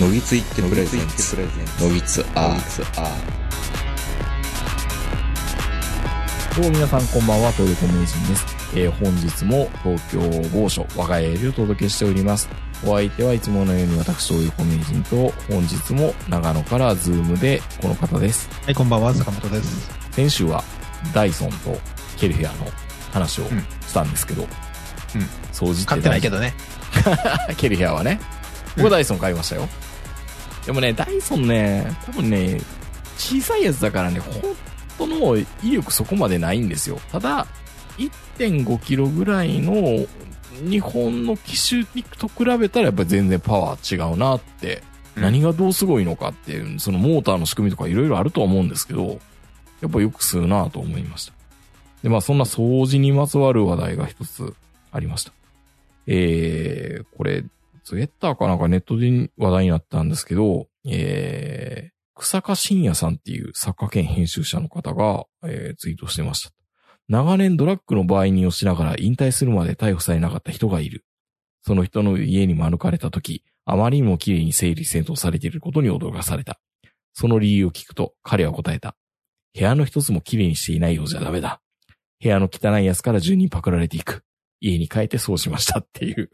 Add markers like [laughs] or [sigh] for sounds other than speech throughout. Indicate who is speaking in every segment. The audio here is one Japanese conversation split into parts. Speaker 1: のぎついってプレゼンツ
Speaker 2: プレゼン
Speaker 1: のぎつアーツ
Speaker 3: どうも皆さんこんばんは、東横名人です。えー本日も東京某所、我が家よりお届けしております。お相手はいつものように私、東横名人と、本日も長野からズームでこの方です。
Speaker 4: はい、こんばんは、坂本です。
Speaker 3: 先週はダイソンとケルヒアの話を
Speaker 4: ん
Speaker 3: したんですけど、
Speaker 4: うん
Speaker 3: 掃除
Speaker 4: 買ってないけどね。
Speaker 3: [laughs] ケルヒアはね、僕
Speaker 4: うん
Speaker 3: はダイソン買いましたよ。でもね、ダイソンね、多分ね、小さいやつだからね、本当の威力そこまでないんですよ。ただ、1.5キロぐらいの日本の機種と比べたらやっぱり全然パワー違うなって、
Speaker 4: うん
Speaker 3: 何がどうすごいのかっていう、そのモーターの仕組みとかいろいろあるとは思うんですけど、やっぱよくするなと思いました。で、まあそんな掃除にまつわる話題が一つありました。えー、これ、ツイッターかなんかネットで話題になったんですけど、えー、草加信也さんっていう作家兼編集者の方が、えーツイートしてました。長年ドラッグの売人をしながら引退するまで逮捕されなかった人がいる。その人の家に免れた時、あまりにも綺麗に整理整頓されていることに驚かされた。その理由を聞くと彼は答えた。部屋の一つも綺麗にしていないようじゃダメだ。部屋の汚いやつから順にパクられていく。家に帰ってそうしましたっていう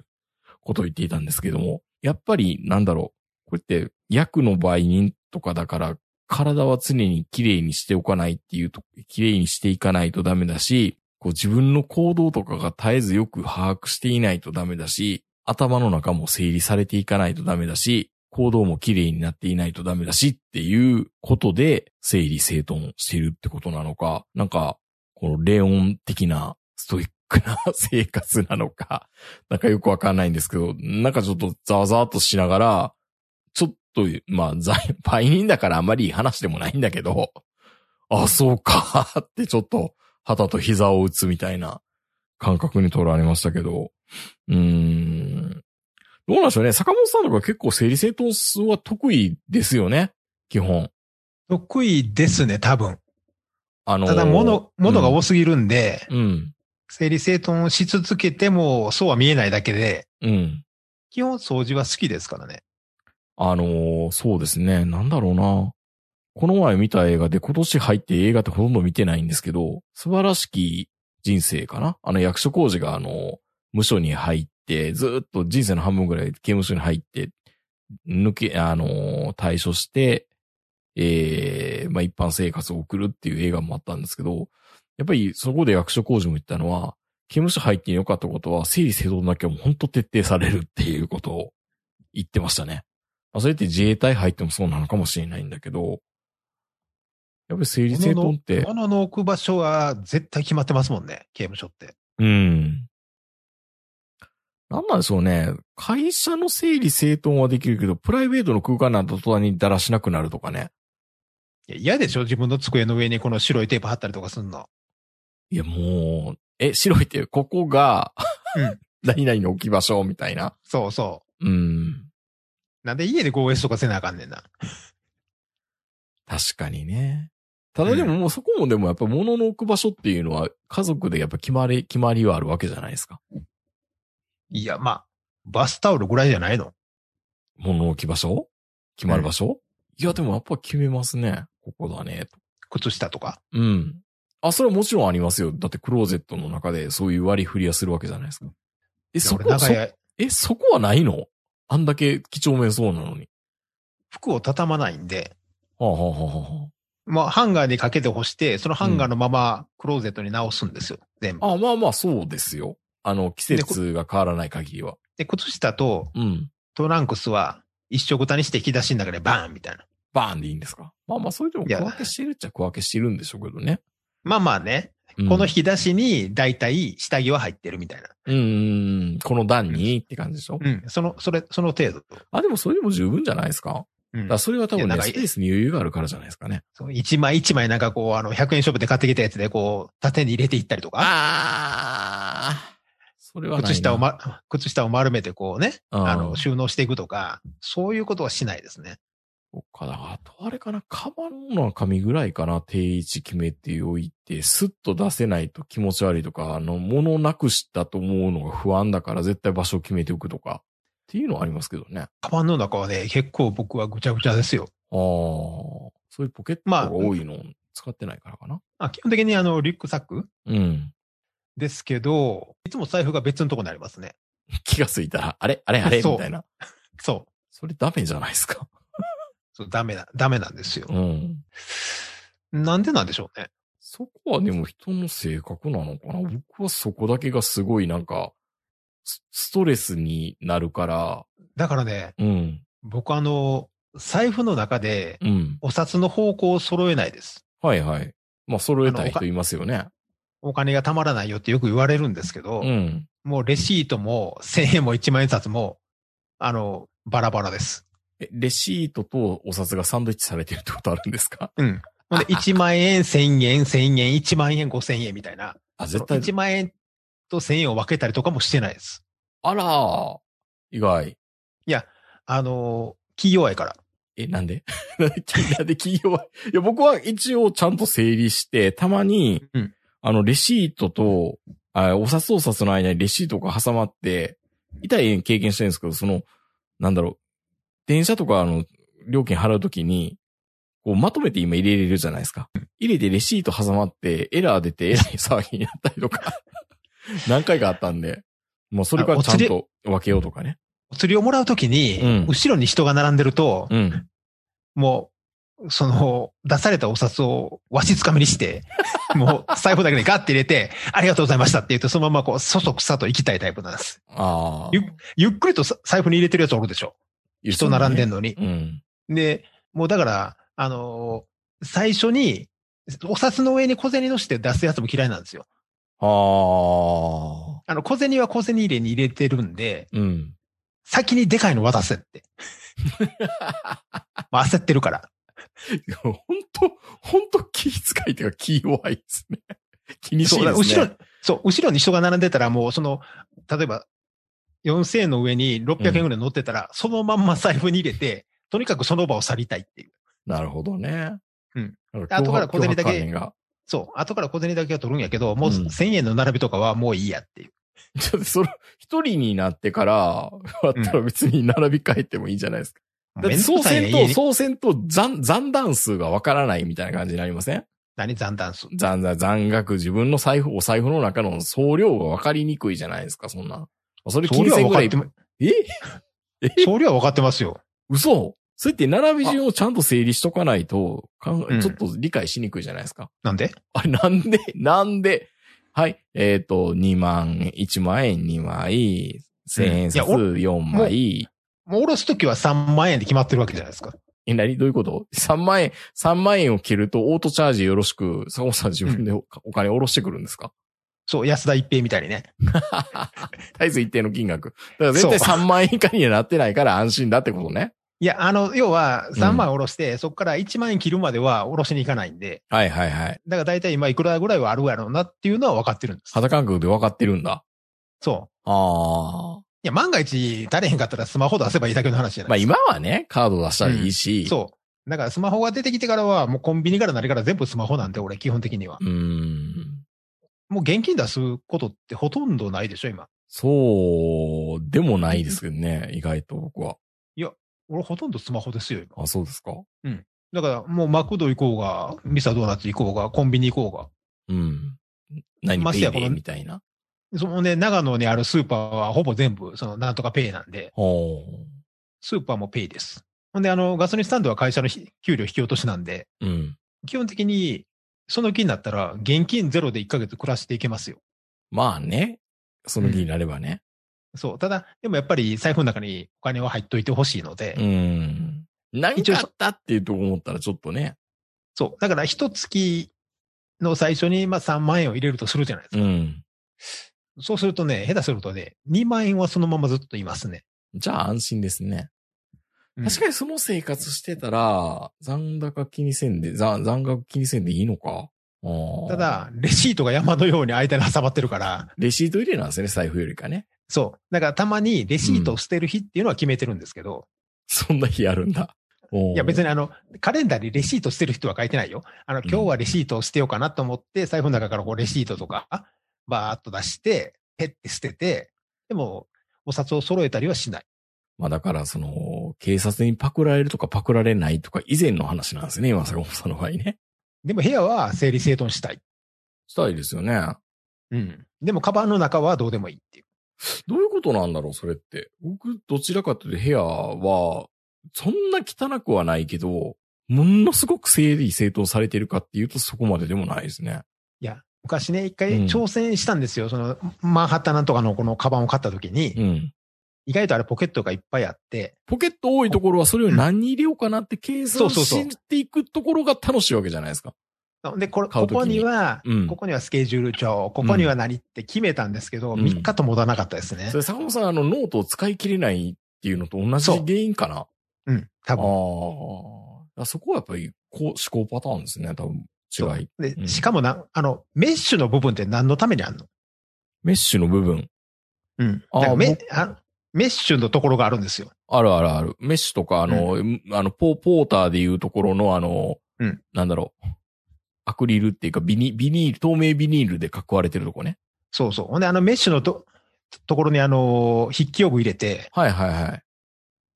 Speaker 3: ことを言っていたんですけども、やっぱりなんだろう。これって役の売人とかだから、体は常に綺麗にしておかないっていうと、綺麗にしていかないとダメだし、こう自分の行動とかが絶えずよく把握していないとダメだし、頭の中も整理されていかないとダメだし、行動も綺麗になっていないとダメだしっていうことで整理整頓しているってことなのか、なんかこのレオン的なストイックな [laughs] 生活なのか、なんかよくわかんないんですけど、なんかちょっとざわざわっとしながら、ちょっと、まあ、罪、売人だからあんまりいい話でもないんだけど、あ、そうか、ってちょっと、旗と膝を打つみたいな感覚にとらわれましたけど、うーん。どうなんでしょうね。坂本さんとか結構整理整頓は得意ですよね。基本。
Speaker 4: 得意ですね、多分。
Speaker 3: あのー
Speaker 4: ただ、物、物が多すぎるんで、
Speaker 3: うん。
Speaker 4: 整理整頓をし続けても、そうは見えないだけで、
Speaker 3: うん。
Speaker 4: 基本掃除は好きですからね。
Speaker 3: あのーそうですね。なんだろうな。この前見た映画で今年入って映画ってほとんど見てないんですけど、素晴らしき人生かなあの役所工事があの、無所に入って、ずーっと人生の半分ぐらい刑務所に入って、抜け、あのー対処して、ええまあ、一般生活を送るっていう映画もあったんですけど、やっぱりそこで役所工事も言ったのは、刑務所入ってよかったことは、整理整頓だけはもうほんと徹底されるっていうことを言ってましたね。まあ、それって自衛隊入ってもそうなのかもしれないんだけど、やっぱり整理整
Speaker 4: 物
Speaker 3: 頓っ
Speaker 4: の
Speaker 3: て。
Speaker 4: 物の置く場所は絶対決まってますもんね、刑務所って。
Speaker 3: うん。なんなんでしょうね。会社の整理整頓はできるけど、プライベートの空間なんて途端にだらしなくなるとかね。
Speaker 4: いや嫌でしょ自分の机の上にこの白いテープ貼ったりとかすんの。
Speaker 3: いや、もう、え、白いって、ここが、
Speaker 4: うん
Speaker 3: [laughs] 何々の置き場所みたいな。
Speaker 4: そうそ
Speaker 3: うん。
Speaker 4: う。なんで家で 5S とかせなあかんねんな。
Speaker 3: 確かにね。ただでももうそこもでもやっぱ物の置く場所っていうのは家族でやっぱ決まり、決まりはあるわけじゃないですか。
Speaker 4: いや、まあ、バスタオルぐらいじゃないの。
Speaker 3: 物の置き場所決まる場所、いやでもやっぱ決めますね。ここだね。
Speaker 4: 靴下とか。
Speaker 3: うん。あ、それはもちろんありますよ。だってクローゼットの中でそういう割り振りはするわけじゃないですか。え、そ
Speaker 4: いや
Speaker 3: こ、
Speaker 4: 俺長
Speaker 3: そ
Speaker 4: い間
Speaker 3: え、そこはないのあんだけ貴重面そうなのに。
Speaker 4: 服を畳まないんで、
Speaker 3: はあ、はあはあは
Speaker 4: まあ、ハンガーにかけて干して、そのハンガーのままクローゼットに直すんですよ、全部。
Speaker 3: あ、あ、まあまあそうですよ。あの、季節が変わらない限りは。
Speaker 4: で、靴下と
Speaker 3: うん。
Speaker 4: トランクスは一色たにして引き出しの中でバーンみたいな。
Speaker 3: バーンでいいんですかまあまあ、それでも
Speaker 4: い
Speaker 3: 小
Speaker 4: や
Speaker 3: 分けしてるっちゃ小分けしてるんでしょうけどね。
Speaker 4: まあまあね、
Speaker 3: うん
Speaker 4: この引き出しに大体下着は入ってるみたいな。
Speaker 3: うんうんうん。この段にって感じでしょ、
Speaker 4: うん。その、それ、その程度。
Speaker 3: あ、でもそれでも十分じゃないですか
Speaker 4: う
Speaker 3: だ
Speaker 4: ん
Speaker 3: か。らそれは多分
Speaker 4: いや
Speaker 3: ね、
Speaker 4: なんか
Speaker 3: スペースに余裕があるからじゃないですかね。
Speaker 4: そう一枚一枚なんかこう、あの、100円ショップで買ってきたやつでこう、縦に入れていったりとか、
Speaker 3: ああそれはないな
Speaker 4: 靴下をま、靴下を丸めてこうね、
Speaker 3: うん
Speaker 4: あの、収納していくとか、そういうことはしないですね。
Speaker 3: そっか、だからあとあれかな、カバンの中身ぐらいかな、定位置決めておいて、スッと出せないと気持ち悪いとか、あの、物なくしたと思うのが不安だから、絶対場所を決めておくとか。っていうのはありますけどね。
Speaker 4: カバンの中はね、結構僕はぐちゃぐちゃですよ。
Speaker 3: ああ、そういうポケットが多いのを使ってないからかな。
Speaker 4: あ基本的にあの、リュックサック
Speaker 3: うん。
Speaker 4: ですけど、いつも財布が別のとこにありますね。
Speaker 3: 気がついたら、あれあれあれ
Speaker 4: そう
Speaker 3: みたいな。
Speaker 4: そう。
Speaker 3: それダメじゃないですか。
Speaker 4: そうダメな、ダメなんですよ
Speaker 3: う。ん。
Speaker 4: なんでなんでしょうね。
Speaker 3: そこはでも人の性格なのかな僕はそこだけがすごいなんか、スストレスになるから、
Speaker 4: だからね、
Speaker 3: うん、
Speaker 4: 僕あの、財布の中で
Speaker 3: うん。
Speaker 4: お札の方向を揃えないです。
Speaker 3: はいはい。まあ、揃えた
Speaker 4: あ
Speaker 3: い
Speaker 4: のお
Speaker 3: 人
Speaker 4: か
Speaker 3: いますよね。
Speaker 4: お金が貯まらないよってよく言われるんですけど、
Speaker 3: うん。
Speaker 4: もうレシートも1000円も1万円札も、あの、バラバラです。
Speaker 3: え、レシートとお札がサンドイッチされてるってことあるんですか
Speaker 4: うん。ほん
Speaker 3: [laughs]
Speaker 4: で、1万円、1000円、1000円、1万円、5000円みたいな。
Speaker 3: あ、絶対。
Speaker 4: 1万円と1000円を分けたりとかもしてないです。
Speaker 3: あらー意外。
Speaker 4: あの、気弱いから。
Speaker 3: え、なんで [laughs] なんで企業は、いや、僕は一応ちゃんと整理して、たまに、
Speaker 4: うん
Speaker 3: あの、レシートと、あお札とお札の間にレシートが挟まって、痛い経験してるんですけど、その、なんだろう、電車とかあの、料金払うときに、こう、まとめて今入れれるじゃないですか。入れてレシート挟まって、エラー出て、えらい騒ぎになったりとか、 [laughs] 何回かあったんで、もうそれからちゃんと分けようとかね。
Speaker 4: お釣りをもらうときに、
Speaker 3: うん
Speaker 4: 後ろに人が並んでると、
Speaker 3: うん。
Speaker 4: もう、その、出されたお札をわしつかみにして、
Speaker 3: [laughs]
Speaker 4: もう財布だけにガッて入れて、ありがとうございましたって言うと、そのままこう、そそくさと行きたいタイプなんです。
Speaker 3: ああ。
Speaker 4: ゆっくりとさ財布に入れてるやつおるでしょ。人並んでんのに。
Speaker 3: うん。
Speaker 4: で、もうだから、あのー最初に、お札の上に小銭のして出すやつも嫌いなんですよ。
Speaker 3: ああ。
Speaker 4: あの、小銭は小銭入れに入れてるんで、
Speaker 3: うん。
Speaker 4: 先にでかいの渡せ
Speaker 3: [laughs]
Speaker 4: って。まあ焦ってるから。
Speaker 3: 本当本当気遣いっていうか気弱いです
Speaker 4: [laughs]
Speaker 3: ね。気にし
Speaker 4: そ、
Speaker 3: いう
Speaker 4: だ
Speaker 3: で
Speaker 4: から
Speaker 3: す
Speaker 4: 後ろ
Speaker 3: ね。
Speaker 4: に、そう、後ろに人が並んでたら、もうその、例えば、4000円の上に600円ぐらい乗ってたら、そのまんま財布に入れて、とにかくその場を去りたいっていう。
Speaker 3: なるほどね。
Speaker 4: うん。
Speaker 3: なん
Speaker 4: 後から小銭だけ
Speaker 3: 脅迫観念が [laughs]
Speaker 4: そう、後から小銭だけは取るんやけど、もう
Speaker 3: うん
Speaker 4: 1000円の並びとかはもういいやっていう。
Speaker 3: ちょっとそれ、一人になってから、だったら別に並び替えてもいいじゃないですか。だって
Speaker 4: めんど
Speaker 3: 総
Speaker 4: くさい
Speaker 3: 選
Speaker 4: ね
Speaker 3: と、
Speaker 4: 家に
Speaker 3: 総選と残、残段数がわからないみたいな感じになりません
Speaker 4: 何残弾数。
Speaker 3: 残、残額、自分の財布、お財布の中の総量がわかりにくいじゃないですか、そんな。それ
Speaker 4: 総
Speaker 3: 金
Speaker 4: 量は
Speaker 3: 銭
Speaker 4: 分
Speaker 3: ぐ
Speaker 4: からっ
Speaker 3: い
Speaker 4: て。ま、
Speaker 3: え [laughs]
Speaker 4: 総量は分かってますよ。
Speaker 3: 嘘そうやって並び順をちゃんと整理しとかないと、かん
Speaker 4: うん
Speaker 3: ちょっと理解しにくいじゃないですか。
Speaker 4: なんで
Speaker 3: あれ、なんで、なんで、はい、えっ、と、2万、1万円2枚、1000円札
Speaker 4: うん
Speaker 3: 4枚、
Speaker 4: もう下ろすときは3万円で決まってるわけじゃないですか。
Speaker 3: え、なにどういうこと ?3 万円、3万円を切るとオートチャージよろしく、坂本さん自分でお,、金下ろしてくるんですか
Speaker 4: そう、安田一平みたいにね。
Speaker 3: 絶えず一定の金額。だから絶対3万円以下にはなってないから安心だってことね。
Speaker 4: いや、あの、要は3万下ろして、そこから1万円切るまでは下ろしに行かないんで、
Speaker 3: はいはいはい。
Speaker 4: だから大体今いくらぐらいはあるやろうなっていうのは分かってるんです。
Speaker 3: 肌感覚で分かってるんだ。
Speaker 4: そう。
Speaker 3: ああ。
Speaker 4: いや、万が一足りへんかったらスマホ出せばいいだけの話じゃ
Speaker 3: ま
Speaker 4: な
Speaker 3: あ
Speaker 4: いですか。
Speaker 3: 今はね、カード出したらいいし、
Speaker 4: そう。だからスマホが出てきてからは、もうコンビニから何から全部スマホなんで、俺基本的には。
Speaker 3: うーん。
Speaker 4: もう現金出すことってほとんどないでしょ、今。
Speaker 3: そう、でもないですけどね、意外と僕は。
Speaker 4: 俺ほとんどスマホですよ、今。
Speaker 3: あ、そうですか。
Speaker 4: だからもうマクド行こうが、ミサドーナツ行こうが、コンビニ行こうが。
Speaker 3: うん。何
Speaker 4: ま
Speaker 3: ペ
Speaker 4: し
Speaker 3: イ
Speaker 4: てや
Speaker 3: ペイ
Speaker 4: この
Speaker 3: みたいな。
Speaker 4: そのね、長野にあるスーパーはほぼ全部、そのなんとかペイなんで、
Speaker 3: ほ
Speaker 4: スーパーもペイです。ほんで、あの、ガソリンスタンドは会社のひ給料引き落としなんで、
Speaker 3: う。うん。
Speaker 4: 基本的に、その気になったら、現金ゼロで1ヶ月暮らしていけますよ。
Speaker 3: まあね。その気になればね。
Speaker 4: そう。ただ、でもやっぱり財布の中にお金は入っといてほしいので、
Speaker 3: うん。何かあったっていうとこ思ったらちょっとね。
Speaker 4: そう。だから、一月の最初に、まあ3万円を入れるとするじゃないです
Speaker 3: う
Speaker 4: か。
Speaker 3: ん。
Speaker 4: そうするとね、下手するとね、2万円はそのままずっといますね。
Speaker 3: じゃあ安心ですね。確
Speaker 4: に。
Speaker 3: かにその生活してたら、残高気にせんで、残残額気にせんでいいのか。あー
Speaker 4: た、だ、レシートが山のように間に挟まってるから、
Speaker 3: レシート入れなんですね、財布よりかね。
Speaker 4: そう。だから、たまにレシートを捨てる日っていうのは決めてるんですけど、
Speaker 3: そんな日あるんだ。
Speaker 4: いや別
Speaker 3: に。
Speaker 4: にあの、カレンダーにレシート捨てる人は書いてないよ。あの、今日はレシートを捨てようかなと思って、財布の中からこうレシートとか、バーっと出して、ペッて捨てて、でも、お札を揃えたりはしない。
Speaker 3: まあだからその、警察にパクられるとかパクられないとか以前の話なんですね、今坂本さんの場合ね。
Speaker 4: でも部屋は整理整頓したい。
Speaker 3: したいですよね。
Speaker 4: うん。でもカバンの中はどうでもいいっていう。
Speaker 3: どういうことなんだろう、それって。僕、どちらかというと部屋は、そんな汚くはないけど、ものすごく整理整頓されてるかっていうとそこまででもないですね。
Speaker 4: いや、昔ね、一
Speaker 3: うん
Speaker 4: 回挑戦したんですよ。その、マンハッタンなんとかのこのカバンを買った時に、
Speaker 3: うん。
Speaker 4: 意外とあれポケットがいっぱいあって、
Speaker 3: ポケット多いところはそれを何に入れようかなって計
Speaker 4: そ
Speaker 3: 算
Speaker 4: うそうそう
Speaker 3: していくところが楽しいわけじゃないですか。
Speaker 4: で、これ、
Speaker 3: 買う
Speaker 4: こ
Speaker 3: 時に
Speaker 4: こには、
Speaker 3: うん
Speaker 4: ここにはスケジュール帳、ここには何って決めたんですけど、
Speaker 3: うん
Speaker 4: 3日ともたなかったですね
Speaker 3: そ。れ坂本さん、あの、ノートを使い切れないっていうのと同じ
Speaker 4: そう
Speaker 3: 原因かな。
Speaker 4: うん、多
Speaker 3: あ
Speaker 4: 分。
Speaker 3: ーあ。そこはやっぱり、こう、思考パターンですね、多分。
Speaker 4: そう
Speaker 3: 違い。
Speaker 4: で、
Speaker 3: うん
Speaker 4: しかもな、あの、メッシュの部分って何のためにあんの
Speaker 3: メッシュの部分。
Speaker 4: うん。
Speaker 3: あ
Speaker 4: だ
Speaker 3: ー
Speaker 4: から
Speaker 3: も
Speaker 4: メあメッシュのところがあるんですよ。
Speaker 3: あるあるある。メッシュとか、あの、あのポ、ポーターでいうところの、あの、
Speaker 4: うん
Speaker 3: なんだろう。アクリルっていうか、ビニ、ビニール、透明ビニールで囲われてるとこね。
Speaker 4: そうそう。ほんで、あのメッシュのと、ところにあの、筆記用具入れて、
Speaker 3: はいはいはい。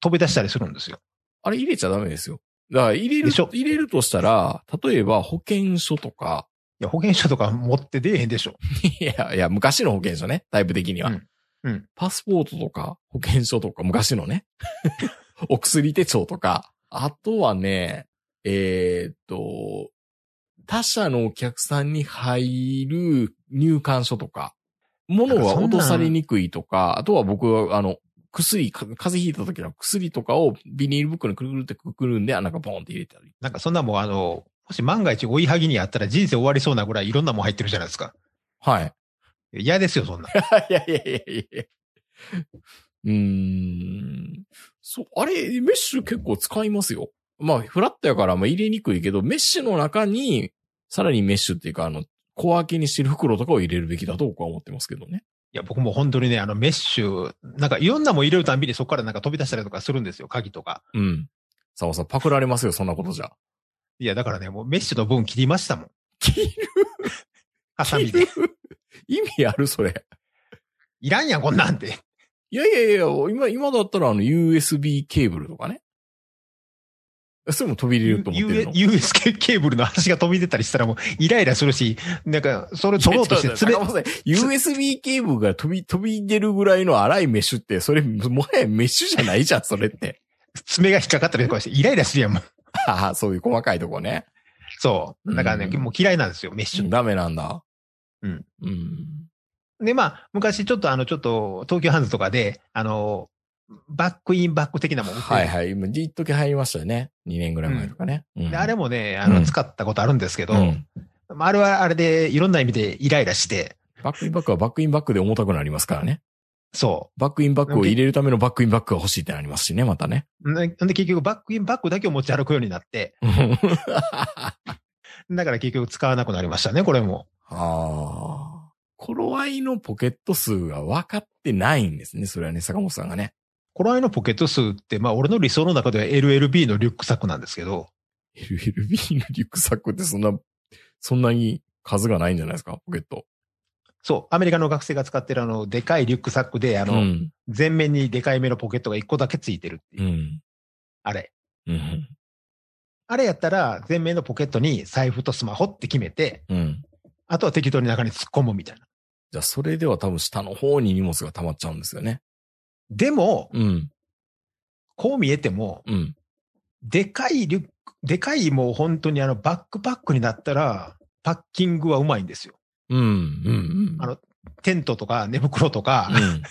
Speaker 4: 飛び出したりするんですよ。
Speaker 3: あれ入れちゃダメですよ。だから入れる、
Speaker 4: でしょ
Speaker 3: 入れるとしたら、例えば保険証とか、
Speaker 4: いや、保険証とか持って出えへんでしょ。
Speaker 3: [laughs] いや、いや、昔の保険証ね、タイプ的には。
Speaker 4: うんうん
Speaker 3: パスポートとか、保険証とか、昔のね。 [laughs] お薬手帳とか。あとはね、えーっと、他社のお客さんに入る入館書とか、物が落とされにくいとか、あとは僕は、あの、薬、か風邪ひいた時の薬とかをビニール袋にくるくるってくくるんで、なんかポンって入れたり。
Speaker 4: なんかそんなもん、あの、もし万が一追いはぎにあったら人生終わりそうなぐらいいろんなもん入ってるじゃないですか。
Speaker 3: はい。
Speaker 4: 嫌ですよ、そんな。
Speaker 3: いやいやいやいやいや。うーん。そう、あれ、メッシュ結構使いますよ。まあ、フラットやから、まあ入れにくいけど、メッシュの中に、さらにメッシュっていうか、あの、小分けにしてる袋とかを入れるべきだと僕は思ってますけどね。
Speaker 4: いや、僕も本当にね、あのメッシュ、なんかいろんなもん入れるたんびにそこからなんか飛び出したりとかするんですよ、鍵とか。
Speaker 3: うん。さあさん、パクられますよ、そんなことじゃ。
Speaker 4: いや、だからね、もうメッシュの分切りましたもん。
Speaker 3: 切る
Speaker 4: ハサミで。
Speaker 3: [laughs] 意味あるそれ。
Speaker 4: いらんやん、こんなんて。
Speaker 3: いやいやいや、今、今だったらあの、USB ケーブルとかね。それも飛び入れると思ってるの。
Speaker 4: US ケーブルの端が飛び出たりしたらもうイライラするし、なんか、それ
Speaker 3: [laughs]
Speaker 4: 取ろうとして詰
Speaker 3: ちょ
Speaker 4: め
Speaker 3: っ、待って坂本さん USB ケーブルが飛び、飛び出るぐらいの荒いメッシュって、それ、もはやメッシュじゃないじゃん、それって。 [laughs]
Speaker 4: 爪が引っかかったりとかして、イライラするやん、もう。
Speaker 3: ああ、そういう細かいとこね。
Speaker 4: そう。だからね、
Speaker 3: うん
Speaker 4: もう嫌いなんですよ、メッシュ。
Speaker 3: ダメなんだ。
Speaker 4: うん。
Speaker 3: うん。
Speaker 4: で、まあ、昔ちょっとあの、ちょっと、東急ハンズとかで、あの、バックインバック的なもん売ってる。
Speaker 3: はいはい。今、一時入りましたよね。2年ぐらい前とかね。うん
Speaker 4: であれもね、あ
Speaker 3: う
Speaker 4: の、
Speaker 3: ん
Speaker 4: 使ったことあるんですけど、
Speaker 3: うん
Speaker 4: まあ、あれはあれで、いろんな意味でイライラして、
Speaker 3: バックインバックはバックインバックで重たくなりますからね。
Speaker 4: そ
Speaker 3: バックインバックを入れるためのバックインバックが欲しいってなりますしね、また
Speaker 4: [laughs]
Speaker 3: ね。
Speaker 4: う。んで、んで結局、バックインバックだけを持ち歩くようになって、だから結局使わなくなりましたね、これも。
Speaker 3: ああ。頃合いのポケット数が分かってないんですね。それはね、坂本さんがね。
Speaker 4: 頃合いのポケット数って、まあ、俺の理想の中では LLB のリュックサックなんですけど、
Speaker 3: LLB のリュックサックってそんな、そんなに数がないんじゃないですか、ポケット。
Speaker 4: そう、アメリカの学生が使ってるあの、でかいリュックサックで、あ
Speaker 3: あ
Speaker 4: の、
Speaker 3: うん。
Speaker 4: 前面にでかい目のポケットが1個だけついてるっていうう、
Speaker 3: ん。
Speaker 4: あれ。
Speaker 3: うん。
Speaker 4: あれやったら、前面のポケットに財布とスマホって決めて、
Speaker 3: うん。
Speaker 4: あとは適当に中に突っ込むみたいな。
Speaker 3: じゃあ、それでは多分下の方に荷物が溜まっちゃうんですよね。
Speaker 4: でも、
Speaker 3: うん。
Speaker 4: こう見えても、
Speaker 3: うん。
Speaker 4: でかいリュック、でかいもう本当にあのバックパックになったら、パッキングはうまいんですよ。
Speaker 3: うん。うん。うん。
Speaker 4: あのテントとか寝袋とか、
Speaker 3: うん。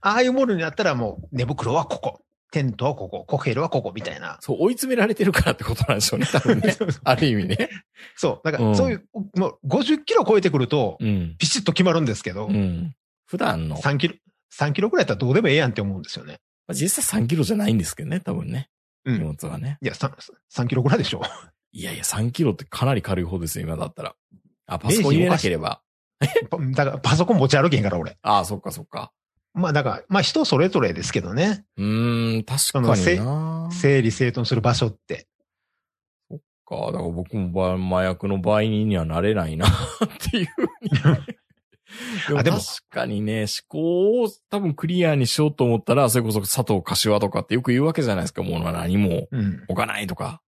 Speaker 4: ああいうものになったらもう寝袋はここ、テントはここ、コケルはここみたいな。。
Speaker 3: そう、追い詰められてるからってことなんでしょうね、多分ね
Speaker 4: そうそう
Speaker 3: ある意味ね。
Speaker 4: [laughs] そう。だか
Speaker 3: うん
Speaker 4: らそういう、もう50キロ超えてくると、
Speaker 3: うん。
Speaker 4: ピシッと決まるんですけど、
Speaker 3: うん。普段の、ま
Speaker 4: 3キロ、3キロくらいだったらどうでもええやんって思うんですよね。
Speaker 3: あ実際3キロじゃないんですけどね、多分ね。
Speaker 4: う
Speaker 3: 荷
Speaker 4: ん。
Speaker 3: 物はね。
Speaker 4: いや、3, 3キロぐらいでしょ。 [laughs]
Speaker 3: いやいや、3キロってかなり軽い方ですよ、今だったら。あ、パソコン入れなければ。
Speaker 4: パだからパソコン持ち歩けへんから俺。
Speaker 3: ああ、そっかそっか。
Speaker 4: まあだから、まあ人それぞれですけどね。
Speaker 3: うーん、確かにな。
Speaker 4: 整理整頓する場所って。
Speaker 3: か、だから僕もば麻薬の売人にはなれないなっていうふうにでも
Speaker 4: [laughs] あでも
Speaker 3: 確かにね、思考を多分クリアにしようと思ったら、それこそ佐藤柏とかってよく言うわけじゃないですか、もう何も
Speaker 4: うん。
Speaker 3: 置かないとか。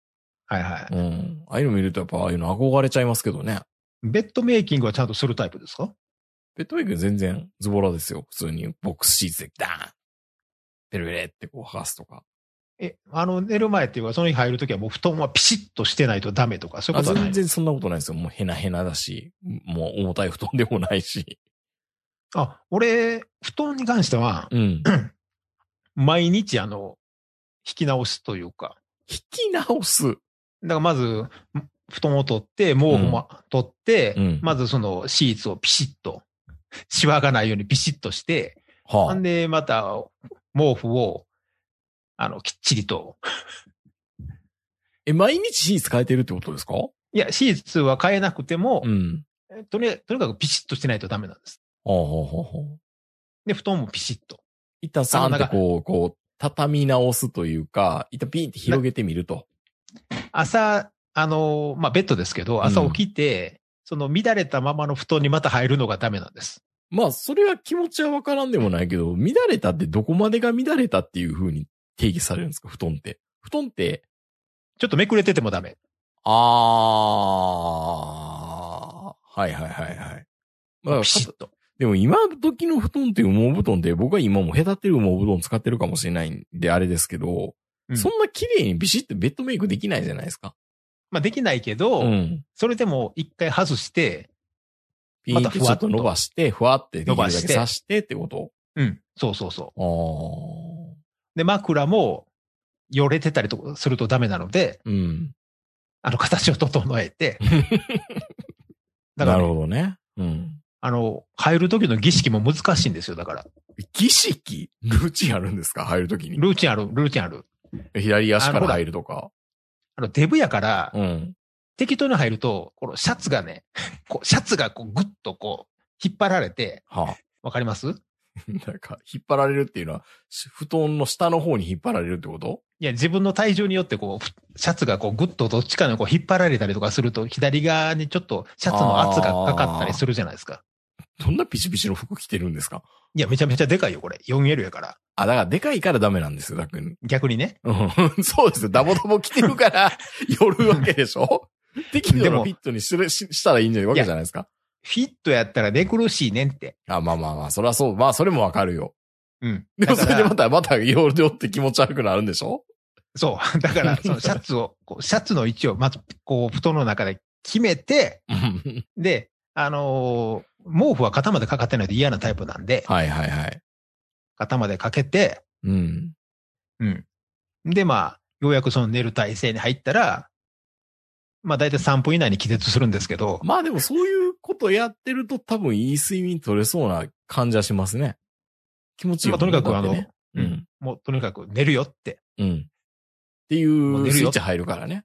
Speaker 4: はいはい。
Speaker 3: うん。ああいうの見るとやっぱああいうの憧れちゃいますけどね。
Speaker 4: ベッドメイキングはちゃんとするタイプですか
Speaker 3: ベッドウィーク全然ズボラですよ。普通にボックスシーツでダーンペルペレってこう剥がすとか。
Speaker 4: え、あの、寝る前っていうか、その日入るときはもう布団はピシッとしてないとダメとか、そういう
Speaker 3: あ
Speaker 4: ことはな
Speaker 3: 全
Speaker 4: い。
Speaker 3: 然そんなことないですよ。もうヘナヘナだし、もう重たい布団でもないし。
Speaker 4: あ、俺、布団に関しては、
Speaker 3: うん。
Speaker 4: 毎日、あの、引き直すというか、
Speaker 3: 引き直す。
Speaker 4: だからまず、ん布団を取って、毛布も取って、
Speaker 3: うん
Speaker 4: まずそのシーツをピシッと、シワがないようにピシッとして、
Speaker 3: は
Speaker 4: んで、また、毛布を、あの、きっちりと。
Speaker 3: え、毎日シーツ変えてるってことですか
Speaker 4: いや、シーツは変えなくても、
Speaker 3: うん。
Speaker 4: とにとにかくピシッとしてないとダメなんです。
Speaker 3: はあ、はあはあはあ、
Speaker 4: で、布団もピシッと。
Speaker 3: 板さ
Speaker 4: あ
Speaker 3: ん
Speaker 4: の
Speaker 3: って
Speaker 4: なんか
Speaker 3: こう、こう、畳み直すというか、板ピンって広げてみると。
Speaker 4: 朝、あの、まあ、ベッドですけど、朝起きて、その乱れたままの布団にまた入るのがダメなんです。
Speaker 3: まあ、それは気持ちはわからんでもないけど、乱れたってどこまでが乱れたっていう風に定義されるんですか布団って。布団って、
Speaker 4: ちょっとめくれててもダメ。
Speaker 3: あー、はいはいはいはい。まあ、
Speaker 4: ピシッと。
Speaker 3: でも今時の布団って羽毛布団で僕は今も隔てる羽毛布団使ってるかもしれないんであれですけど、
Speaker 4: うん
Speaker 3: そんな綺麗にビシッとベッドメイクできないじゃないですか。
Speaker 4: まあ、できないけど、
Speaker 3: ん。
Speaker 4: それでも一回外して、
Speaker 3: ピーン
Speaker 4: ま
Speaker 3: って
Speaker 4: たふ
Speaker 3: ちょ
Speaker 4: わ
Speaker 3: っ
Speaker 4: っ
Speaker 3: と
Speaker 4: と
Speaker 3: 伸ばして、ふわってできるだけ
Speaker 4: 伸ばして
Speaker 3: 刺してってこと
Speaker 4: うん、そうそうそう。
Speaker 3: あ
Speaker 4: で、枕も、よれてたりとかするとダメなので、
Speaker 3: あ。うん。
Speaker 4: あの、形を整え
Speaker 3: [laughs]
Speaker 4: て、だか
Speaker 3: な
Speaker 4: らね、
Speaker 3: るほどね。うん。
Speaker 4: あの、入る時の儀式も難しいんですよ、だから。
Speaker 3: 儀式ルーチンあるんですか入るときに。
Speaker 4: ルーチンある、ルーチンある。
Speaker 3: 左足
Speaker 4: あ
Speaker 3: か
Speaker 4: のほ
Speaker 3: ら
Speaker 4: ら
Speaker 3: 入るとか。
Speaker 4: あの、デブやから、
Speaker 3: うん。
Speaker 4: 適当に入ると、このシャツがね、 [laughs] こう、シャツがこう、ぐっとこう、引っ張られて、
Speaker 3: はあ。 [laughs]
Speaker 4: わかりますい
Speaker 3: なんか、引っ張られるっていうのは、し布団の下の方に引っ張られるってこと
Speaker 4: や、自分の体重によってこうふ、シャツがこう、ぐっとどっちかにこう、引っ張られたりとかすると、左側にちょっとシャツの圧がかかったりするじゃないですか。
Speaker 3: どんなピチピチの服着てるんですか
Speaker 4: いや、めちゃめちゃでかいよ、これ。4L やから。
Speaker 3: あ、だからでかいからダメなんですよ、だっくん。
Speaker 4: 逆にね。
Speaker 3: うん、 [laughs] そうですよ。ダボダボ着てるから、 [laughs] 寄るわけでしょ適
Speaker 4: [laughs]
Speaker 3: 度
Speaker 4: で
Speaker 3: な
Speaker 4: も
Speaker 3: フィットにするししたらいいんじゃわけじゃないですか。
Speaker 4: フィットやったら寝苦しいねんって。
Speaker 3: あ、まあまあまあ、それはそう。まあ、それもわかるよ。
Speaker 4: うん。
Speaker 3: で
Speaker 4: だ
Speaker 3: も
Speaker 4: か
Speaker 3: それで
Speaker 4: ら
Speaker 3: [laughs] また、また、容量って気持ち悪くなるんでしょ
Speaker 4: そう。 [laughs] だから、そのシャツを、こうシャツの位置を、まず、こう、布団の中で決めて、
Speaker 3: うん
Speaker 4: で、あのー毛布は肩までかかってないと嫌なタイプなんで、
Speaker 3: はいはいはい。
Speaker 4: 肩までかけて、
Speaker 3: うん。
Speaker 4: うん。で、まあ、ようやくその寝る体勢に入ったら、まあ、だいたい3分以内に気絶するんですけど、
Speaker 3: まあでもそういうことやってると多分いい睡眠取れそうな感じはしますね。気持ちいい
Speaker 4: ま
Speaker 3: よ
Speaker 4: あ、とにかくあ
Speaker 3: だって
Speaker 4: の
Speaker 3: ね、うん。
Speaker 4: もうとにかく寝るよって、
Speaker 3: うん。ってい
Speaker 4: もう
Speaker 3: う
Speaker 4: 出るよ
Speaker 3: スイッチ入るからね。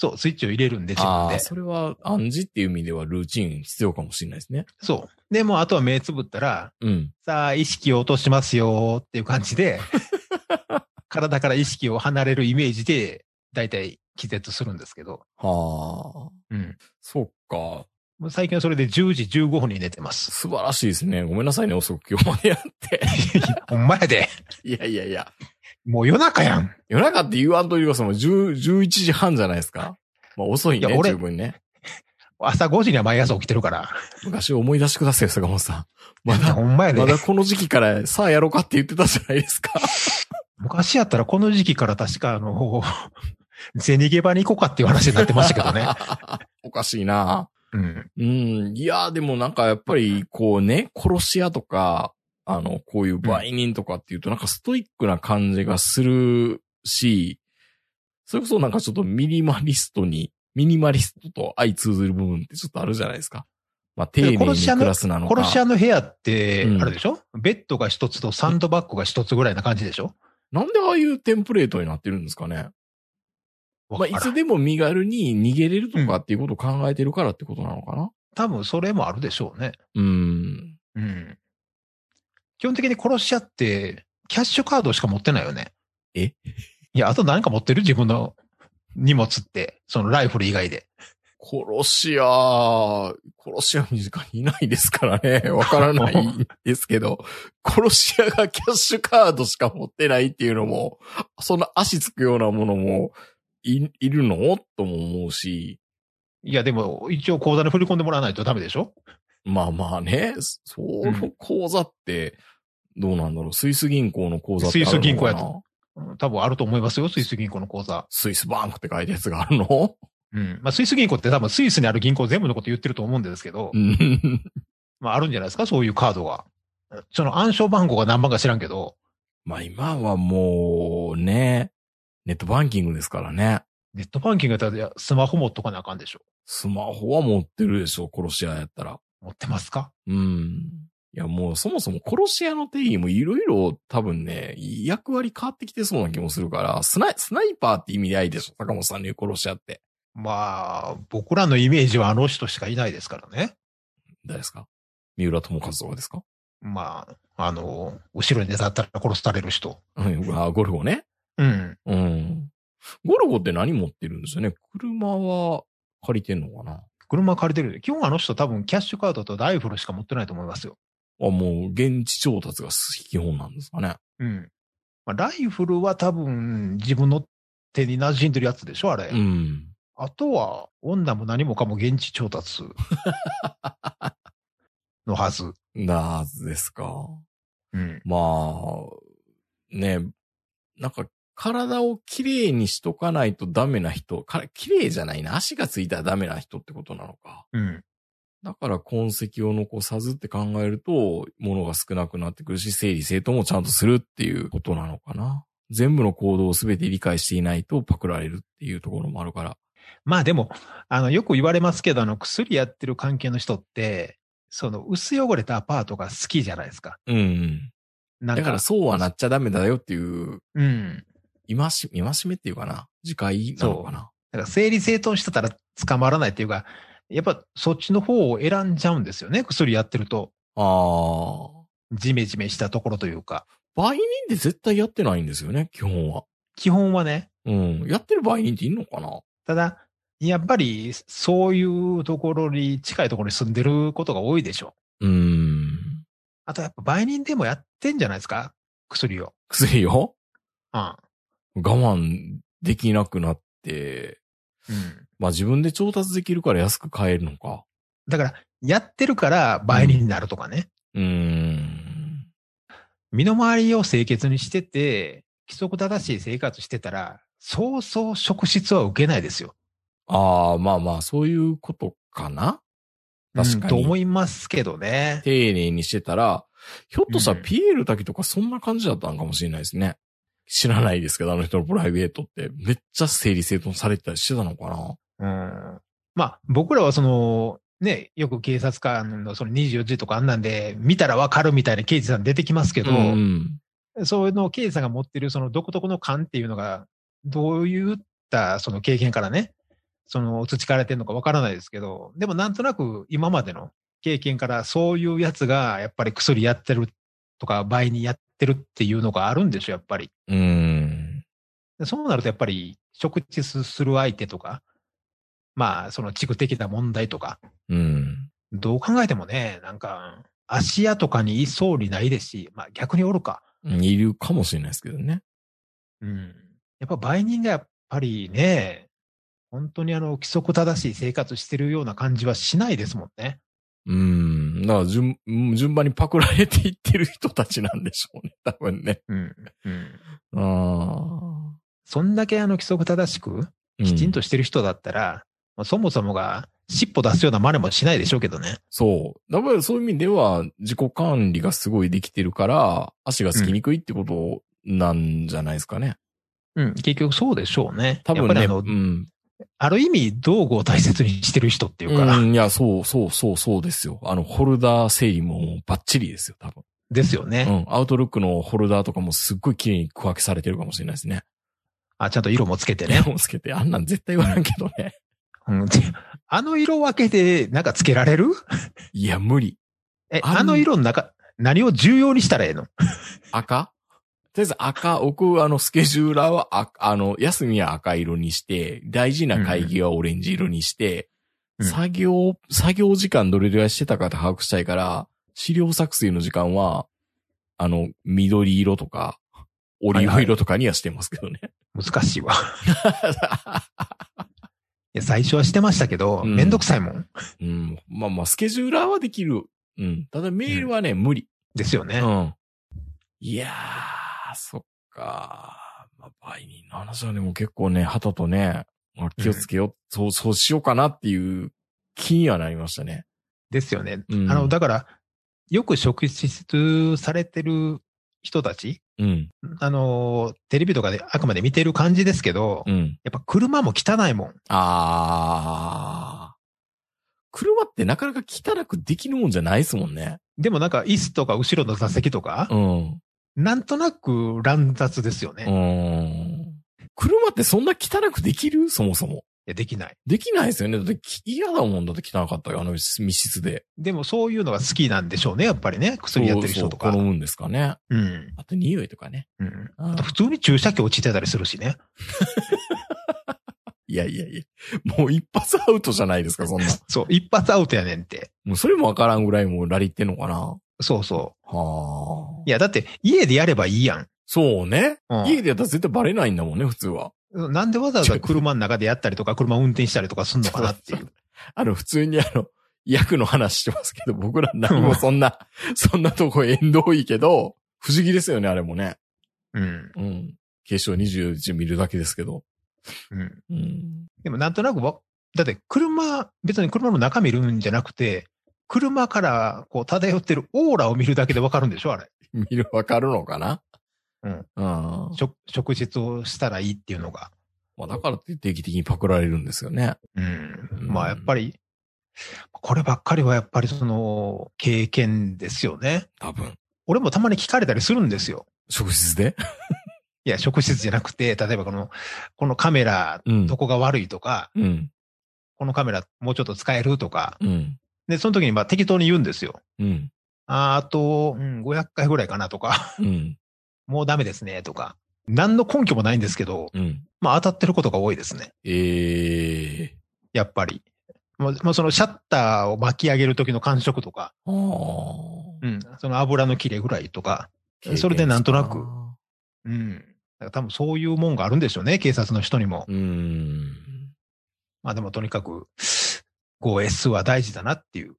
Speaker 4: そう、スイッチを入れるんで、自分
Speaker 3: ああー、
Speaker 4: で。
Speaker 3: それは暗示っていう意味ではルーチン必要かもしれないですね。
Speaker 4: そう。で、もうあとは目つぶったら、
Speaker 3: うん。
Speaker 4: さあ、意識を落としますよっていう感じ
Speaker 3: [laughs]
Speaker 4: で、体から意識を離れるイメージで、だいたい気絶するんですけど、
Speaker 3: はあ。
Speaker 4: うん。
Speaker 3: そっか。
Speaker 4: もう最近はそれで10時15分に寝てます。
Speaker 3: 素晴らしいですね。ごめんなさいね、遅く今日までやって。
Speaker 4: ほんまやで。
Speaker 3: [laughs] いやいやいや。
Speaker 4: もう夜中やん。
Speaker 3: 夜中って言わんというか、その10 11時半じゃないですか。まあ遅いね、
Speaker 4: いや俺
Speaker 3: 十分ね。
Speaker 4: 朝5時には毎朝起きてるから。
Speaker 3: 昔思い出してくださいよ、坂本さん。ま
Speaker 4: [laughs]
Speaker 3: だ
Speaker 4: ほんまやで
Speaker 3: ま。だこの時期からさあやろうかって言ってたじゃないですか。 [laughs]
Speaker 4: 昔やったらこの時期から確かあの、 [laughs] 銭ゲバに行こうかっていう話になってましたけど
Speaker 3: [laughs]
Speaker 4: ね。
Speaker 3: おかしいな。
Speaker 4: うん。
Speaker 3: うん。いや、でもなんかやっぱりこうね、殺し屋とか、あの、こういう売人とかっていうとなんかストイックな感じがするし、それこそなんかちょっとミニマリストに、ミニマリストと相通ずる部分ってちょっとあるじゃないですか。まあ、丁寧に
Speaker 4: 殺し屋の
Speaker 3: 暮らすなのか。
Speaker 4: 殺し屋の部屋って
Speaker 3: う、ん
Speaker 4: あれでしょ、ベッドが一つとサンドバッグが一つぐらいな感じでしょ
Speaker 3: なんでああいうテンプレートになってるんですかね。まあ、いつ
Speaker 4: で
Speaker 3: でも身軽に逃げれるとかっていうことを考えてるからってことなのかな。
Speaker 4: 多分それもあるでしょうね。
Speaker 3: うん。
Speaker 4: うん。基本的に殺し屋って、キャッシュカードしか持ってないよね。
Speaker 3: え
Speaker 4: いや、あと何か持ってる自分の荷物って、そのライフル以外で。
Speaker 3: 殺し屋、殺し屋身近にいないですから
Speaker 4: [laughs]
Speaker 3: ね。わからないんですけど、殺し屋がキャッシュカードしか持ってないっていうのも、そんな足つくようなものもい、いるのとも思うし、
Speaker 4: いや、でも、一応口座に振り込んでもらわないとダメでしょ
Speaker 3: まあまあね、その口座って、どうなんだろう、スイス銀行の口座ってあるのかな
Speaker 4: スイス銀行やと。うん多分あると思いますよ、スイス銀行の口座。
Speaker 3: スイスバンクって書いたやつがあるの
Speaker 4: うん。まあ、スイス銀行って多分スイスにある銀行全部のこと言ってると思うんですけど、
Speaker 3: うん
Speaker 4: まあ、あるんじゃないですか、そういうカードが。その暗証番号が何番か知らんけど、
Speaker 3: まあ今はもうね、ネットバンキングですからね。
Speaker 4: ネットバンキングやったらいやスマホ持っとかなあかんでしょ。
Speaker 3: スマホは持ってるでしょ、殺し屋やったら。
Speaker 4: 持ってますか
Speaker 3: うん。いやもうそもそも殺し屋の定義もいろいろ多分ね、役割変わってきてそうな気もするから、スナイスナイパーって意味ないでしょ、坂本さんの言う殺し屋って。
Speaker 4: まあ、僕らのイメージはあの人しかいないですからね。
Speaker 3: 誰ですか三浦智和とかですか
Speaker 4: まあ、あの、後ろに出たったら殺される人。
Speaker 3: うん、あゴルゴね。
Speaker 4: うん。
Speaker 3: うん。ゴルゴって何持ってるんですよね車は借りてんのかな
Speaker 4: 車借りてる。基本あの人多分キャッシュカードとライフルしか持ってないと思いますよ。
Speaker 3: あ、もう現地調達が基本なんですかね。
Speaker 4: うん。まあ、ライフルは多分自分の手に馴染んでるやつでしょ、あれ。
Speaker 3: うん。
Speaker 4: あとは、女も何もかも現地調
Speaker 3: [laughs]
Speaker 4: 達のはず。
Speaker 3: なーですか。
Speaker 4: うん。
Speaker 3: まあ、ね、なんか体をきれいにしとかないとダメな人、かきれいじゃないな、足がついたらダメな人ってことなのか。
Speaker 4: うん。
Speaker 3: だから痕跡を残さずって考えると、物が少なくなってくるし、整理整頓もちゃんとするっていうことなのかな。全部の行動を全て理解していないとパクられるっていうところもあるから。
Speaker 4: まあでも、あの、よく言われますけど、あの、薬やってる関係の人って、その、薄汚れたアパートが好きじゃないですか。
Speaker 3: うんうん。
Speaker 4: なん
Speaker 3: だからそうはなっちゃダメだよっていう、
Speaker 4: うん。
Speaker 3: 今し、今しめっていうかな。次回なのかな。
Speaker 4: だから整理整頓してたら捕まらないっていうか、やっぱそっちの方を選んじゃうんですよね。薬やってると、
Speaker 3: ああ。
Speaker 4: ジメジメしたところというか。
Speaker 3: 売人って絶対やってないんですよね、基本は。
Speaker 4: 基本はね。
Speaker 3: うん。やってる売人っていんのかな
Speaker 4: ただ、やっぱりそういうところに近いところに住んでることが多いでしょ。
Speaker 3: うーん。
Speaker 4: あとやっぱ売人でもやってんじゃないですか薬を。
Speaker 3: 薬を
Speaker 4: うん。
Speaker 3: 我慢できなくなって、
Speaker 4: うん。
Speaker 3: まあ自分で調達できるから安く買えるのか。
Speaker 4: だから、やってるから売人になるとかね。
Speaker 3: うーん。
Speaker 4: 身の回りを清潔にしてて、規則正しい生活してたら、そうそう職質は受けないですよ。
Speaker 3: ああ、まあまあ、そういうことかな確
Speaker 4: う
Speaker 3: か
Speaker 4: んと
Speaker 3: に。
Speaker 4: 思いますけどね。
Speaker 3: 丁寧にしてたら、ひょっとしたら
Speaker 4: うん
Speaker 3: ピエール滝とかそんな感じだったのかもしれないですね。知らないですけど、あの人のプライベートって、めっちゃ整理整頓されてたりしてたのかな
Speaker 4: うん。まあ、僕らはその、ね、よく警察官のその24時とかあんなんで、見たらわかるみたいな刑事さん出てきますけど、
Speaker 3: うん。
Speaker 4: そういうのを刑事さんが持ってるその独特の勘っていうのが、どういったその経験からね、その培われてるのかわからないですけど、でもなんとなく今までの経験からそういうやつがやっぱり薬やってるとか倍にやってるっていうのがあるんでしょ、やっぱり。
Speaker 3: うーん。
Speaker 4: でそうなるとやっぱり食事する相手とか、まあその地区的な問題とか、
Speaker 3: うん。
Speaker 4: どう考えてもね、なんか足屋とかにいそうにないですし、まあ逆におるか。
Speaker 3: いるかもしれないですけどね。
Speaker 4: うん。やっぱ売人がやっぱりね、本当にあの規則正しい生活してるような感じはしないですもんね。
Speaker 3: うん。だから順、順番にパクられていってる人たちなんでしょうね。 [laughs] 多分ね。
Speaker 4: うん。うん。
Speaker 3: あ
Speaker 4: そんだけあの規則正しく
Speaker 3: あ。
Speaker 4: きちんと
Speaker 3: う
Speaker 4: してる人だったら、まあそもそもが尻尾出すような真似もしないでしょうけどね。
Speaker 3: そう。だからそういう意味では、自己管理がすごいできてるから、足がつきにくいってことなんじゃないですかね。
Speaker 4: うん。結局そうでしょうね。
Speaker 3: 多分
Speaker 4: やっぱり
Speaker 3: ね。
Speaker 4: あの、
Speaker 3: うん。
Speaker 4: ある意味道具を大切にしてる人っていうか、
Speaker 3: うん。いや、そう、そう、そう、そうですよ。あの、ホルダー整理ももうバッチリですよ、多分。
Speaker 4: ですよね、
Speaker 3: うん。アウトルックのホルダーとかもすっごい綺麗に区分けされてるかもしれないですね。
Speaker 4: あ。ちゃんと色もつけてね。
Speaker 3: 色 [laughs] もつけて、あんなん絶対言わらんけどね。
Speaker 4: うん、あの色分けでなんかつけられる
Speaker 3: いや、無理。
Speaker 4: え、
Speaker 3: あん
Speaker 4: あの色の中、何を重要にしたらええの
Speaker 3: 赤とりあえず赤、僕、あの、スケジューラーは、あ、あの、休みは赤色にして、大事な会議はオレンジ色にして、
Speaker 4: うん
Speaker 3: 作業、作業時間どれぐらいしてたかって把握したいから、資料作成の時間は、あの、緑色とか、オリーブ色とかにはしてますけど
Speaker 4: [laughs]
Speaker 3: ね。
Speaker 4: 難しいわ。いや、最初はしてましたけど、
Speaker 3: うん
Speaker 4: めんどくさいもん。
Speaker 3: うん。まあまあ、スケジューラーはできる。うん。ただメールはね、無理。
Speaker 4: ですよね。
Speaker 3: うん。いやー、そっかー。まあ、売人の話はでも結構ね、旗とね、あ気をつけよう、そう、そうしようかなっていう気にはなりましたね。
Speaker 4: ですよね。
Speaker 3: うん
Speaker 4: あの、だから、よく職質されてる人たち、
Speaker 3: うん。
Speaker 4: あの、テレビとかであくまで見てる感じですけど、
Speaker 3: うん。
Speaker 4: やっぱ車も汚いもん。
Speaker 3: あー。車ってなかなか汚くできるもんじゃないですもんね。
Speaker 4: でもなんか椅子とか後ろの座席とか
Speaker 3: う、ん。
Speaker 4: なんとなく乱雑ですよね。
Speaker 3: う
Speaker 4: い
Speaker 3: ん。車ってそんな汚くできるそもそも。
Speaker 4: や、できない。
Speaker 3: できないですよね。だってき嫌だもんだって汚かったよ。あの密室で。
Speaker 4: でもそういうのが好きなんでしょうね、やっぱりね。薬やってる人とか。
Speaker 3: そううそう好むんですかね。
Speaker 4: ん。
Speaker 3: あと匂いとかね。
Speaker 4: うん。
Speaker 3: うん
Speaker 4: あと普通に注射器落ちてたりするしね。
Speaker 3: いやいやいや。もう一発アウトじゃないですか、そんな。
Speaker 4: そう、一発アウトやねんって。
Speaker 3: もうそれもわからんぐらいもうラリってんのかな。
Speaker 4: そうそう。
Speaker 3: はあ。
Speaker 4: いや、だって家でやればいいやん。
Speaker 3: そうね。
Speaker 4: うん
Speaker 3: 家でやったら絶対バレないんだもんね、普通は。
Speaker 4: なんでわざわざ車の中でやったりとか、車運転したりとかすんのかなっていう。
Speaker 3: [laughs] あの、普通にあの、役の話してますけど、僕ら何もそんな、そんなとこ縁遠いけど、不思議ですよね、あれもね。
Speaker 4: うん。
Speaker 3: うん。継承21見るだけですけど。
Speaker 4: うん。
Speaker 3: うん。
Speaker 4: でもなんとなくわ、だって車、別に車の中見るんじゃなくて、車からこう漂ってるオーラを見るだけでわかるんでしょあれ。
Speaker 3: 見る、わかるのかな
Speaker 4: うん。
Speaker 3: うん。
Speaker 4: 食、食質をしたらいいっていうのが。
Speaker 3: まあ、だからって定期的にパクられるんですよね。
Speaker 4: うん。
Speaker 3: うん
Speaker 4: まあやっぱり、こればっかりはやっぱりその経験ですよね。
Speaker 3: 多分。
Speaker 4: 俺もたまに聞かれたりするんですよ。
Speaker 3: 職質で
Speaker 4: いや、職質じゃなくて、例えばこの、このカメラ、
Speaker 3: うん
Speaker 4: どこが悪いとか、
Speaker 3: うん。
Speaker 4: このカメラもうちょっと使えるとか、
Speaker 3: うん。
Speaker 4: で、その時にまあ適当に言うんですよ。
Speaker 3: うん。
Speaker 4: あーあと、うん、500回ぐらいかなとか、 [laughs]
Speaker 3: うん。
Speaker 4: もうダメですねとか、何の根拠もないんですけど、
Speaker 3: うん。
Speaker 4: まあ当たってることが多いですね。
Speaker 3: ええ
Speaker 4: やっぱり。もうもうそのシャッターを巻き上げる時の感触とか、
Speaker 3: ー。あ
Speaker 4: うん、その油の切れぐらいとか、
Speaker 3: あ。
Speaker 4: それでなんとなく
Speaker 3: 経験
Speaker 4: うん。だから多分そういうもんがあるんでしょうね、警察の人にも。
Speaker 3: したな。うーん。
Speaker 4: まあでもとにかく、5S は大事だなっていう。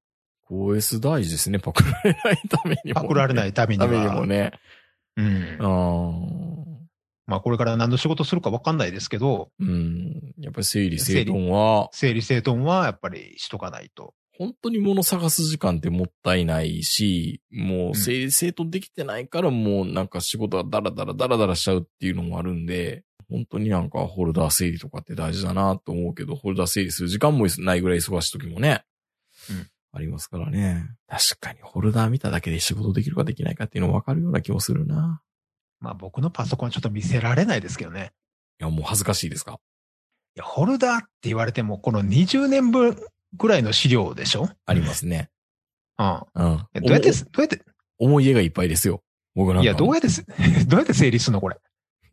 Speaker 3: OS 大事ですね。パクられないためにも、
Speaker 4: パクられないいために
Speaker 3: た
Speaker 4: は。
Speaker 3: めにもね。
Speaker 4: うん
Speaker 3: あ。ー
Speaker 4: まあこれから何の仕事するか分かんないですけど、
Speaker 3: うん。やっぱり整理整頓は、
Speaker 4: 整理整頓はやっぱりしとかないと。
Speaker 3: 本当に物探す時間ってもったいないし、もう整理整頓できてないからもうなんか仕事がダラダラダラダラしちゃうっていうのもあるんで、本当になんかホルダー整理とかって大事だなと思うけど、ホルダー整理する時間もないぐらい忙しい時もね、
Speaker 4: うん
Speaker 3: ありますからね。確かにホルダー見ただけで仕事できるかできないかっていうのわかるような気もするな。
Speaker 4: まあ僕のパソコンちょっと見せられないですけどね。
Speaker 3: いや、もう恥ずかしいですか
Speaker 4: いや、ホルダーって言われても、この20年分ぐらいの資料でしょ
Speaker 3: ありますね。
Speaker 4: うん。
Speaker 3: うん。
Speaker 4: えどうやって、どうやって、
Speaker 3: お思い出がいっぱいですよ。僕なんかは。
Speaker 4: いや、どうやってす、 [laughs] どうやって整理するのこれ。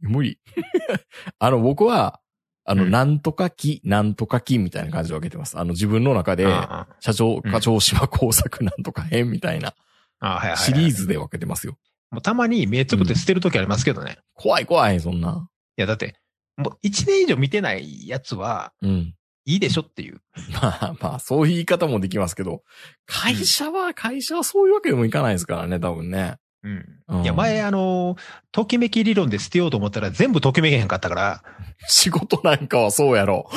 Speaker 3: 無理。 [laughs] あの、僕は、あの、
Speaker 4: うん
Speaker 3: なんとか期、なんとか期みたいな感じで分けてます。あの、自分の中で
Speaker 4: あ、あ
Speaker 3: 社長、
Speaker 4: うん
Speaker 3: 課長島工作 [laughs] なんとか編みたいな
Speaker 4: ああ、はいはいはい。
Speaker 3: シリーズで分けてますよ。
Speaker 4: もうたまに目つぶって捨てるときありますけどね。い
Speaker 3: 怖い怖い、そんな。
Speaker 4: や、だって、もう1年以上見てないやつは、
Speaker 3: うん。
Speaker 4: いいでしょっていう。
Speaker 3: まあまあ、そういう言い方もできますけど、会社は、会社はそういうわけでもいかないですからね、多分ね。
Speaker 4: うん。
Speaker 3: うん
Speaker 4: いや、前、あの、ときめき理論で捨てようと思ったら全部ときめけへんかったから、
Speaker 3: 仕事なんかはそうやろ。
Speaker 4: う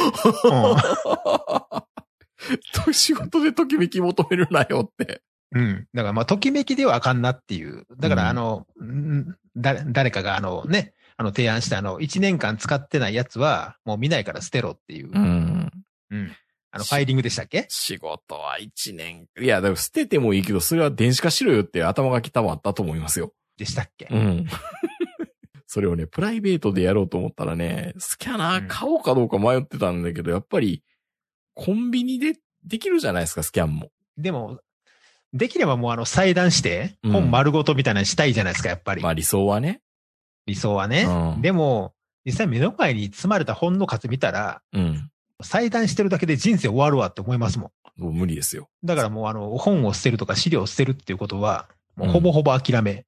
Speaker 3: と仕事でときめき求めるなよって。
Speaker 4: ん。うん。だから、まあ、ときめきではあかんなっていう。だか
Speaker 3: うん
Speaker 4: ら、あの、うん誰、誰かが、あのね、あの、提案した、あの、1年間使ってないやつは、もう見ないから捨てろっていう。
Speaker 3: ん。
Speaker 4: うん。あの、ファイリングでしたっけ
Speaker 3: 仕事は一年。いや、でも捨ててもいいけど、それは電子化しろよって頭がきたもあったと思いますよ。
Speaker 4: でしたっけ、
Speaker 3: ん。 [laughs] それをね、プライベートでやろうと思ったらね、スキャナ
Speaker 4: う
Speaker 3: ー
Speaker 4: ん
Speaker 3: 買おうかどうか迷ってたんだけど、やっぱり、コンビニでできるじゃないですか、スキャンも。
Speaker 4: でも、できればもう、あの、裁断して、
Speaker 3: うん
Speaker 4: 本丸ごとみたいなのしたいじゃないですか、やっぱり。
Speaker 3: まあ理想はね。
Speaker 4: 理想はね。
Speaker 3: うん
Speaker 4: でも、実際目の前に積まれた本の数見たら、
Speaker 3: うん。
Speaker 4: 裁断してるだけで人生終わるわって思いますもん。
Speaker 3: もう無理ですよ。
Speaker 4: だからもうあの、本を捨てるとか資料を捨てるっていうことは、もううんほぼほぼ諦め。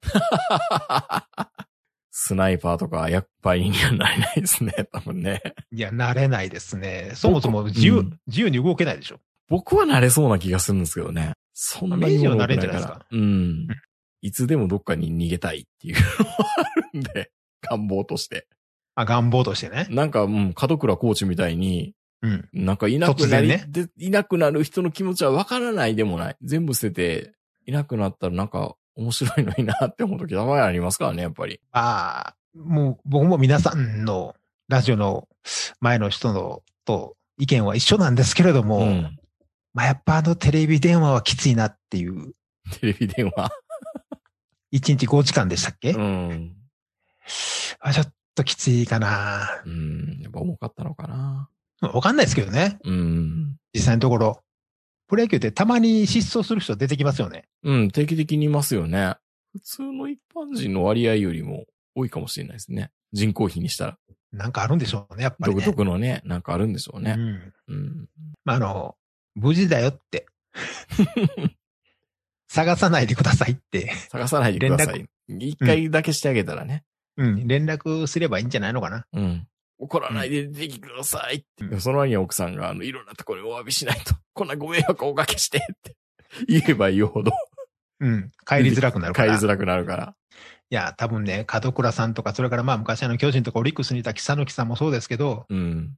Speaker 3: スナイパーとか厄介にはなれないですね、多分ね。
Speaker 4: いや、慣れないですね。そもそも自由、
Speaker 3: うん
Speaker 4: 自由に動けないでしょ。
Speaker 3: 僕は慣れそうな気がするんですけどね。そんな
Speaker 4: 明治は
Speaker 3: 動
Speaker 4: 慣
Speaker 3: か
Speaker 4: れんじゃないですか
Speaker 3: うん。いつでもどっかに逃げたいっていうのはあるんで、 [laughs] 願望として。
Speaker 4: あ、願望としてね。
Speaker 3: なんか、うん、門倉コーチみたいに、
Speaker 4: うん。
Speaker 3: なんかいなく
Speaker 4: 突
Speaker 3: なり、
Speaker 4: 然ね
Speaker 3: でいなくなる人の気持ちはわからないでもない。全部捨てて、いなくなったらなんか面白いのになって思う時たまにありますからね、やっぱり。
Speaker 4: まあ、もう僕も皆さんのラジオの前の人のと意見は一緒なんですけれども、
Speaker 3: うん。
Speaker 4: まあやっぱあのテレビ電話はきついなっていう、
Speaker 3: テレビ電話。
Speaker 4: 1日5時間でしたっけ、
Speaker 3: うん。
Speaker 4: あちょっときついかな。
Speaker 3: うん。やっぱ重かったのかな。
Speaker 4: わかんないですけどね、
Speaker 3: うん。
Speaker 4: 実際のところ。プロ野球ってたまに失踪する人出てきますよね。
Speaker 3: うん、定期的にいますよね。普通の一般人の割合よりも多いかもしれないですね。人口比にしたら。
Speaker 4: なんかあるんでしょうね、やっぱり、
Speaker 3: 独
Speaker 4: ね。
Speaker 3: 特のね、なんかあるんでしょう
Speaker 4: う
Speaker 3: ね。
Speaker 4: ん。
Speaker 3: うん。
Speaker 4: まあ、あの、無事だよ
Speaker 3: [laughs]
Speaker 4: って。探さないでくださいって。
Speaker 3: 探さないでください。一回だけしてあげたらね。
Speaker 4: うん。連絡すればいいんじゃないのかな。
Speaker 3: うん。怒らないで出てきてくださいって。
Speaker 4: うん
Speaker 3: その前には奥さんが、あの、いろんなところにお詫びしないと、 [laughs] こんなご迷惑をおかけしてって言えば言うほど
Speaker 4: うん。帰りづらくなるか
Speaker 3: 帰り
Speaker 4: ら。
Speaker 3: づらくなるから。
Speaker 4: いや、多分ね、門倉さんとか、それからまあ昔あの巨人とかオリックスにいた草野木さんもそうですけど、
Speaker 3: うん。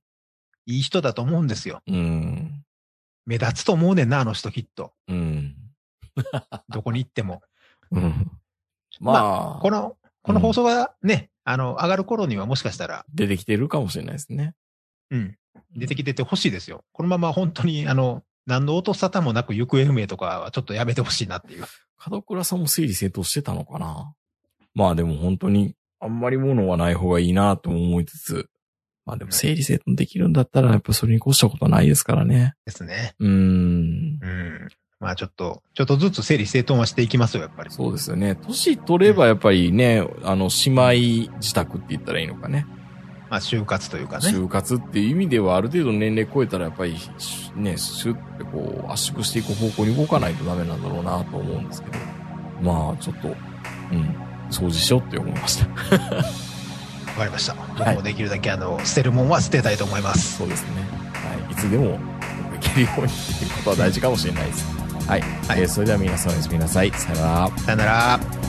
Speaker 4: いい人だと思うんですよ。
Speaker 3: うん。
Speaker 4: 目立つと思うねんな、あの人きっと。
Speaker 3: うん。
Speaker 4: どこに行っても。
Speaker 3: うん。まあ、
Speaker 4: この、この放送がね、あの、上がる頃にはもしかしたら、
Speaker 3: 出てきてるかもしれないですね。
Speaker 4: うん、出てきててほしいですよ。このまま本当に、あの、何の音沙汰もなく行方不明とかはちょっとやめてほしいなっていう。
Speaker 3: 門倉さんも整理整頓してたのかなまあでも本当に、あんまり物はない方がいいなとも思いつつ、まあでも整理整頓できるんだったら、やっぱそれに越したことはないですからね。
Speaker 4: ですね。
Speaker 3: うーん。
Speaker 4: うん。まあちょっと、ちょっとずつ整理整頓はしていきますよ、やっぱり。
Speaker 3: そうですよね。年取ればやっぱりね、あの、姉妹自宅って言ったらいいのかね。
Speaker 4: まあ就活というかね。
Speaker 3: 就活っていう意味ではある程度年齢超えたらやっぱり、しね、シュッてこう圧縮していく方向に動かないとダメなんだろうなと思うんですけど。まあちょっと、うん、掃除しようって思いました。
Speaker 4: わかりました。
Speaker 3: は
Speaker 4: 僕
Speaker 3: い
Speaker 4: もできるだけ、あの、捨てるもんは捨てたいと思います。
Speaker 3: そうですね。はい。いつでも行けるようにっていうことは大事かもしれないです。はい。
Speaker 4: はい
Speaker 3: えーそれでは皆さんおやすみなさい。さよなら。
Speaker 4: さよなら。